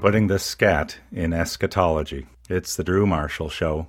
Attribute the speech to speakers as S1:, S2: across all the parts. S1: Putting the scat in eschatology. It's the Drew Marshall Show.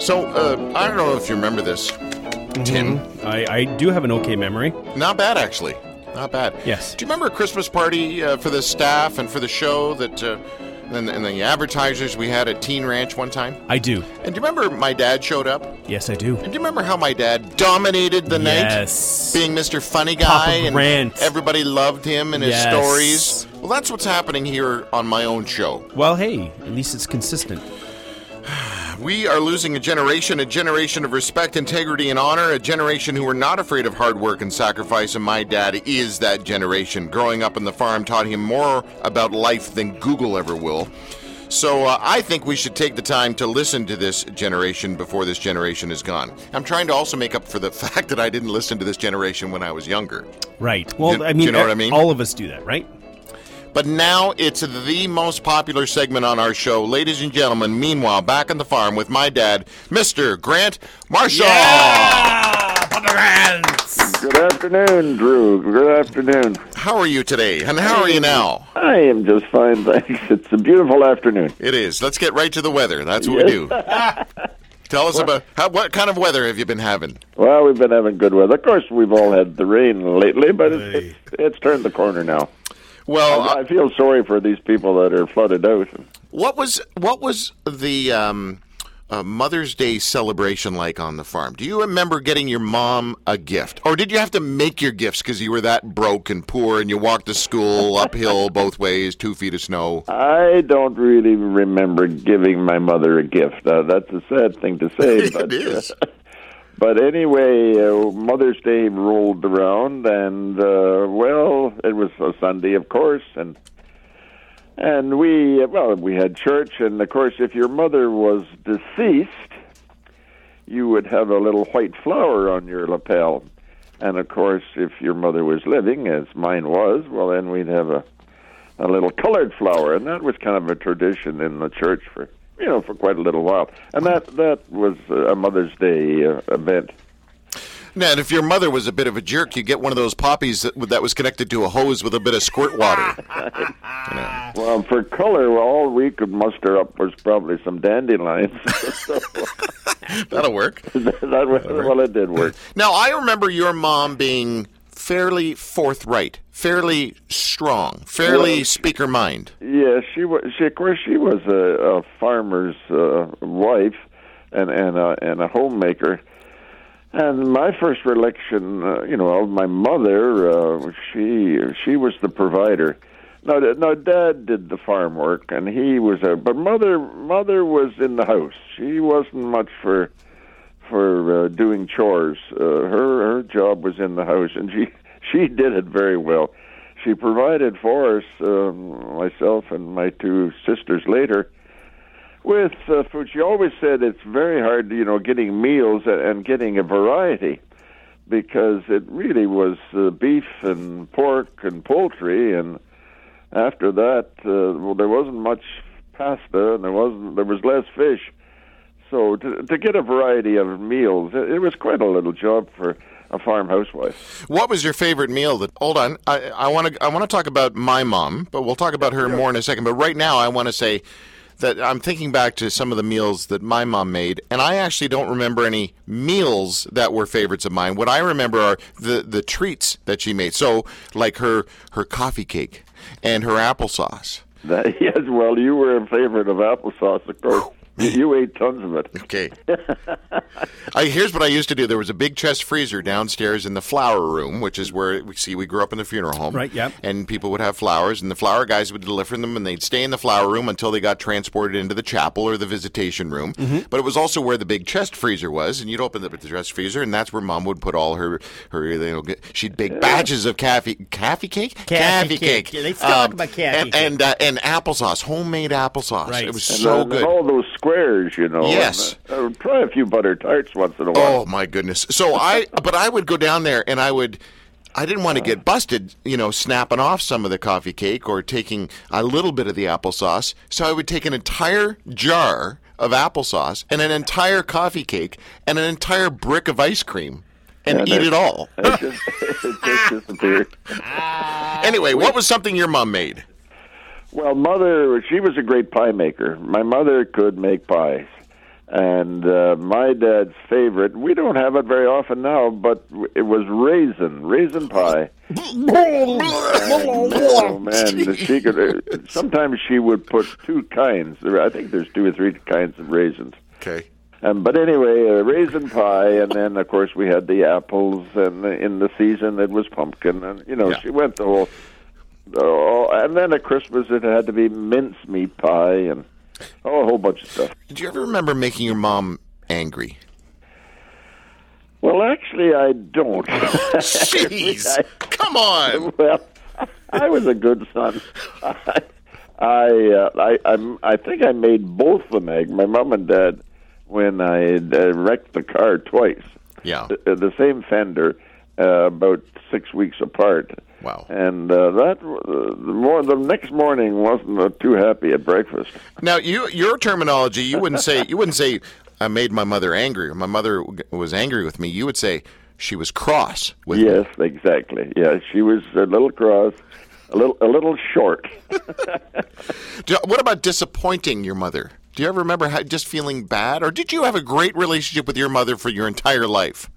S2: So uh, I don't know if you remember this,
S3: Mm-hmm.
S2: Tim.
S3: I, I do have an okay memory.
S2: Not bad, actually. Not bad.
S3: Yes.
S2: Do you remember a Christmas party uh, for the staff and for the show that, uh, and, and the advertisers we had at Teen Ranch one time?
S3: I do.
S2: And do you remember my dad showed up?
S3: Yes, I do.
S2: And do you remember how my dad dominated the
S3: Yes.
S2: night, being Mr. Funny Guy,
S3: Papa
S2: and
S3: Grant.
S2: everybody loved him and his
S3: Yes.
S2: stories? Well, that's what's happening here on my own show.
S3: Well, hey, at least it's consistent.
S2: We are losing a generation, a generation of respect, integrity, and honor, a generation who are not afraid of hard work and sacrifice, and my dad is that generation. Growing up on the farm taught him more about life than Google ever will. So uh, I think we should take the time to listen to this generation before this generation is gone. I'm trying to also make up for the fact that I didn't listen to this generation when I was younger.
S3: Right. Well,
S2: Do-
S3: I
S2: do
S3: mean,
S2: you know what
S3: uh,
S2: I mean?
S3: all of us do that, right?
S2: But now it's the most popular segment on our show. Ladies and gentlemen, meanwhile, back on the farm with my dad, Mr. Grant Marshall.
S3: Ah,
S4: Good afternoon, Drew. Good afternoon.
S2: How are you today? And how are you now?
S4: I am just fine, thanks. It's a beautiful afternoon.
S2: It is. Let's get right to the weather. That's what we do. Tell us about how, what kind of weather have you been having?
S4: Well, we've been having good weather. Of course, we've all had the rain lately, but it's, it's, it's turned the corner now.
S2: Well,
S4: I
S2: uh,
S4: feel sorry for these people that are flooded out.
S2: what was what was the um, uh, Mother's Day celebration like on the farm? Do you remember getting your mom a gift, or did you have to make your gifts because you were that broke and poor, and you walked to school uphill both ways, two feet of snow?
S4: I don't really remember giving my mother a gift. Uh, that's a sad thing to say, but
S2: It is.
S4: But anyway, uh, Mother's Day rolled around, and uh, well, it was a Sunday, of course, and and we uh, well we had church, and of course, if your mother was deceased, you would have a little white flower on your lapel, and of course, if your mother was living, as mine was, well, then we'd have a a little colored flower, and that was kind of a tradition in the church for you know for quite a little while, and that that was uh, a Mother's Day uh, event.
S2: Now, and if your mother was a bit of a jerk, you get one of those poppies that, that was connected to a hose with a bit of squirt water.
S4: Well, for color, all we could muster up was probably some dandelions.
S2: That'll work.
S4: that was, well, it did work.
S2: Now, I remember your mom being fairly forthright, fairly strong, fairly
S4: Well-
S2: speaker mind.
S4: Yeah, she was. She, of course, she was a, a farmer's uh, wife and and a, and a homemaker. And my first recollection, uh, you know, of my mother, uh, she she was the provider. No, da- no, Dad did the farm work, and he was out. But mother, mother was in the house. She wasn't much for for uh, doing chores. Uh, her her job was in the house, and she she did it very well. She provided for us, um, myself and my two sisters later, with uh, food. She always said it's very hard, you know, getting meals and, and getting a variety, because it really was uh, beef and pork and poultry, and after that, uh, well, there wasn't much pasta, and there wasn't there was less fish. So to, to get a variety of meals, it, it was quite a little job for a farm housewife.
S2: What was your favorite meal? That hold on, I want to I want to talk about my mom, but we'll talk about her more in a second. But right now, I want to say that I'm thinking back to some of the meals that my mom made, and I actually don't remember any meals that were favorites of mine. What I remember are the the treats that she made. So, like her her coffee cake and her applesauce.
S4: That, yes, well, you were in favorite of applesauce, of course. You, you ate tons of it.
S2: Okay. I, here's what I used to do. There was a big chest freezer downstairs in the flower room, which is where we see we grew up in the funeral home.
S3: Right, yep.
S2: And people would have flowers, and the flower guys would deliver them, and they'd stay in the flower room until they got transported into the chapel or the visitation room.
S3: Mm-hmm.
S2: But it was also where the big chest freezer was, and you'd open up the chest freezer, and that's where mom would put all her her you know get- she'd bake batches of coffee coffee cake Um,
S3: Coffee cake. Yeah, they still talk about coffee
S2: and
S3: cake.
S2: and, uh, and applesauce, homemade applesauce.
S3: Right.
S2: It was
S3: And
S2: so
S4: and
S2: good.
S4: all those squares, you know.
S2: Yes.
S4: and, uh, try a few butter tarts once in a while.
S2: Oh my goodness. So I but I would go down there and I would I didn't want to get busted, you know, snapping off some of the coffee cake or taking a little bit of the applesauce. So I would take an entire jar of applesauce and an entire coffee cake and an entire brick of ice cream and
S4: And
S2: eat
S4: it-
S2: it all.
S4: It just, it just disappeared.
S2: Anyway, what was something your mom made?
S4: Well, mother, she was a great pie maker. My mother could make pies. And uh, my dad's favorite, we don't have it very often now, but it was raisin, raisin pie. Oh man, she could. Sometimes she would put two kinds. I think there's two or three kinds of raisins.
S2: Okay.
S4: Um, but anyway, uh, raisin pie, and then of course we had the apples, and in the season it was pumpkin, and you know
S2: Yeah.
S4: she went the whole. Oh, and then at Christmas it had to be mincemeat pie and oh, a whole bunch of stuff.
S2: Did you ever remember making your mom angry?
S4: Well, actually, I don't.
S2: Jeez. Come on.
S4: well, I was a good son. I I, uh, I I'm, I think I made both of them egg, my mom and dad, when I uh, wrecked the car twice.
S2: Yeah.
S4: the, uh, the same fender, uh, about six weeks apart.
S2: Wow.
S4: And uh, that uh, the, more, the next morning wasn't uh, too happy at breakfast.
S2: Now, you your terminology, you wouldn't say you wouldn't say I made my mother angry or my mother w- was angry with me. You would say she was cross with me.
S4: Yes, exactly. Yeah, she was a little cross, a little a little short.
S2: Do- What about disappointing your mother? Do you ever remember how, just feeling bad, or did you have a great relationship with your mother for your entire life?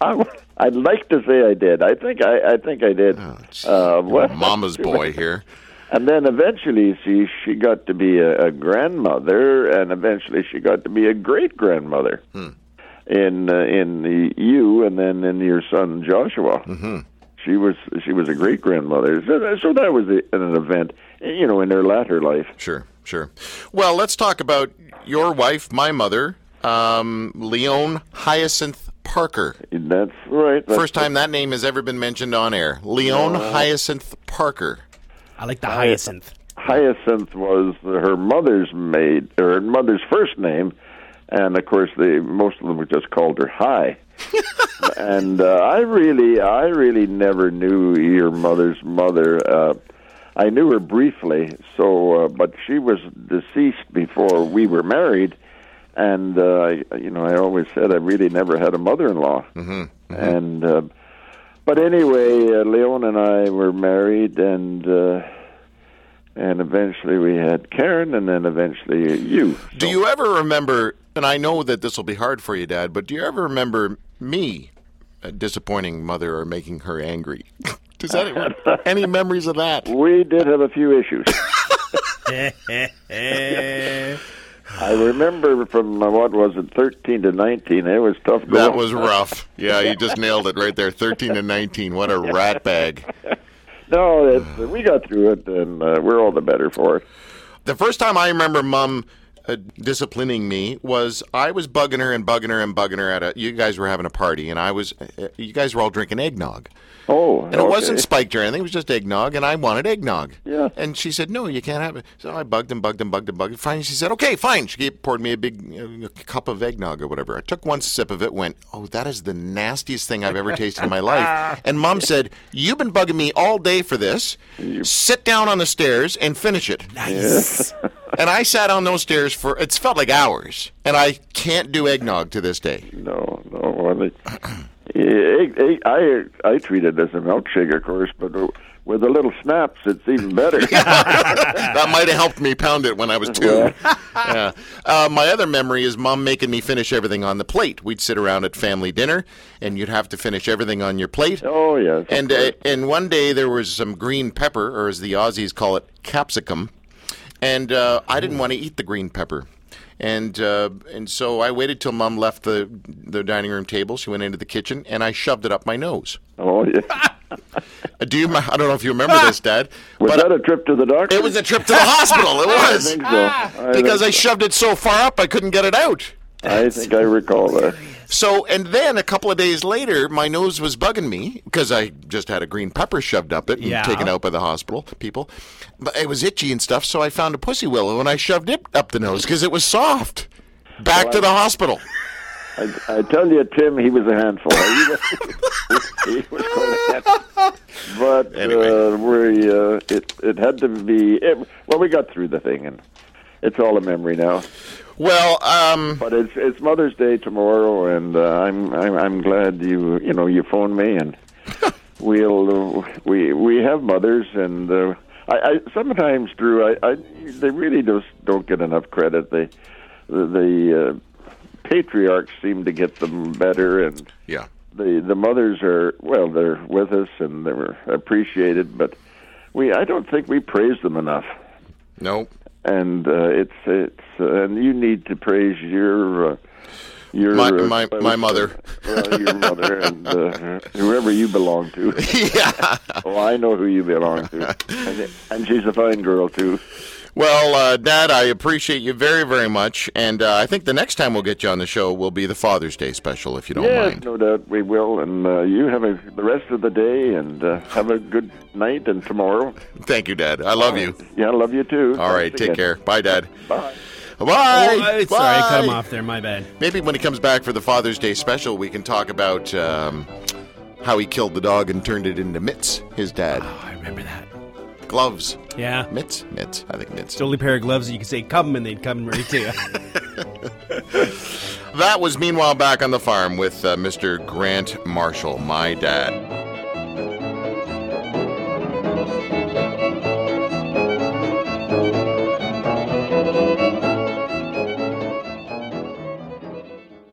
S4: I, would like to say I did. I think I, I think I did.
S2: Oh,
S4: uh, well,
S2: Mama's boy here.
S4: And then eventually, she she got to be a, a grandmother, and eventually she got to be a great grandmother in uh, in the you, and then in your son Joshua. Mm-hmm. She was she was a great grandmother, so, that- so that was a, an event, you know, in her latter life.
S2: Sure, sure. Well, let's talk about your wife, my mother, um, Leon Hyacinth Parker.
S4: And that's right. That's
S2: First time that name has ever been mentioned on air. Leon Hyacinth Parker.
S3: I like the hyacinth.
S4: Hyacinth was her mother's maid, or her mother's first name, and of course, they most of them were just called her Hi. and uh, I really, I really never knew your mother's mother. Uh, I knew her briefly, so uh, but she was deceased before we were married, and uh, I- you know, I always said I really never had a mother-in-law, and. Uh, but anyway, uh, Leon and I were married, and uh, and eventually we had Karen, and then eventually you.
S2: Do you ever remember? And I know that this will be hard for you, Dad, but do you ever remember me uh, disappointing mother or making her angry? Does anyone any memories of that?
S4: We did have a few issues. I remember from uh, what was it, thirteen to nineteen? It was tough. Going.
S2: That was rough. Yeah, you just nailed it right there. Thirteen and nineteen. What a rat bag.
S4: no. It's, we got through it, and uh, we're all the better for it.
S2: The first time I remember Mum uh, disciplining me was I was bugging her and bugging her and bugging her at a. You guys were having a party, and I was. Uh, you guys were all drinking eggnog.
S4: Oh,
S2: And it wasn't spiked or anything. It was just eggnog, and I wanted eggnog.
S4: Yeah.
S2: And she said, "No, you can't have it." So I bugged and bugged and bugged and bugged. Finally, she said, "Okay, fine." She gave, poured me a big uh, cup of eggnog or whatever. I took one sip of it. Went, "Oh, that is the nastiest thing I've ever tasted in my life." And Mom said, "You've been bugging me all day for this. Sit down on the stairs and finish it."
S3: Nice.
S2: And I sat on those stairs for it felt like hours, and I can't do eggnog to this day.
S4: No, no. Well, it, egg, egg, I I treat it as a milkshake, of course, but with a little snaps, it's even better.
S2: that might have helped me pound it when I was two. yeah. uh, my other memory is mom making me finish everything on the plate. We'd sit around at family dinner, and you'd have to finish everything on your plate.
S4: Oh yes. of
S2: and
S4: course.
S2: uh, and one day there was some green pepper, or as the Aussies call it, capsicum, and uh, I
S4: Mm.
S2: didn't want to eat the green pepper. And uh, and so I waited till mom left the the dining room table. She went into the kitchen, and I shoved it up my nose.
S4: oh yeah.
S2: Uh, Do you? rem- I don't know if you remember this, Dad,
S4: Was
S2: but
S4: that a trip to the doctor?
S2: it was a trip to the hospital. It
S4: I
S2: was. Ah.
S4: think so. I
S2: because I
S4: think,
S2: shoved it so far up I couldn't get it out.
S4: I think I recall that.
S2: So, and then a couple of days later, my nose was bugging me because I just had a green pepper shoved up it and
S3: Yeah.
S2: taken out by the hospital people. But it was itchy and stuff, so I found a pussy willow and I shoved it up the nose because it was soft. Back to the hospital.
S4: I, I tell you, Tim, he was a handful. He was, he was quite a handful. But uh, we, uh, it, it had to be. It, well, we got through the thing, and it's all a memory now.
S2: Well, um,
S4: but it's it's Mother's Day tomorrow, and uh, I'm, I'm I'm glad you you know you phoned me, and we'll uh, we we have mothers, and uh, I, I sometimes Drew, I, I they really just don't get enough credit. They the, the uh, patriarchs seem to get them better, and
S2: Yeah.
S4: the the mothers are well, they're with us and they're appreciated, but we I don't think we praise them enough
S2: No.
S4: and uh, it's it's uh, and you need to praise your uh, your
S2: My-
S4: uh,
S2: my-
S4: spouse,
S2: my mother.
S4: uh, well, your mother, and uh, whoever you belong to.
S2: yeah.
S4: Oh, I know who you belong to, and, and she's a fine girl too.
S2: Well, uh, Dad, I appreciate you very, very much. And uh, I think the next time we'll get you on the show will be the Father's Day special, if you don't
S4: yes,
S2: mind.
S4: no doubt we will. And uh, you have a, the rest of the day, and uh, have a good night and tomorrow.
S2: Thank you, Dad. I love you.
S4: Yeah, I love you too.
S2: All right.
S4: Thanks
S2: Take
S4: again.
S2: care. Bye, Dad.
S4: Bye.
S2: Bye.
S3: Oh, I- sorry, I cut him
S2: Bye.
S3: off there. My bad.
S2: Maybe when he comes back for the Father's Day special, we can talk about um, how he killed the dog and turned it into mitts. His dad.
S3: Oh, I remember that.
S2: Gloves.
S3: Yeah.
S2: Mitts? Mitts. I think mitts.
S3: It's the only pair of gloves that you could say come and they'd come right to you.
S2: That was Meanwhile Back on the Farm with uh, Mr. Grant Marshall, my dad.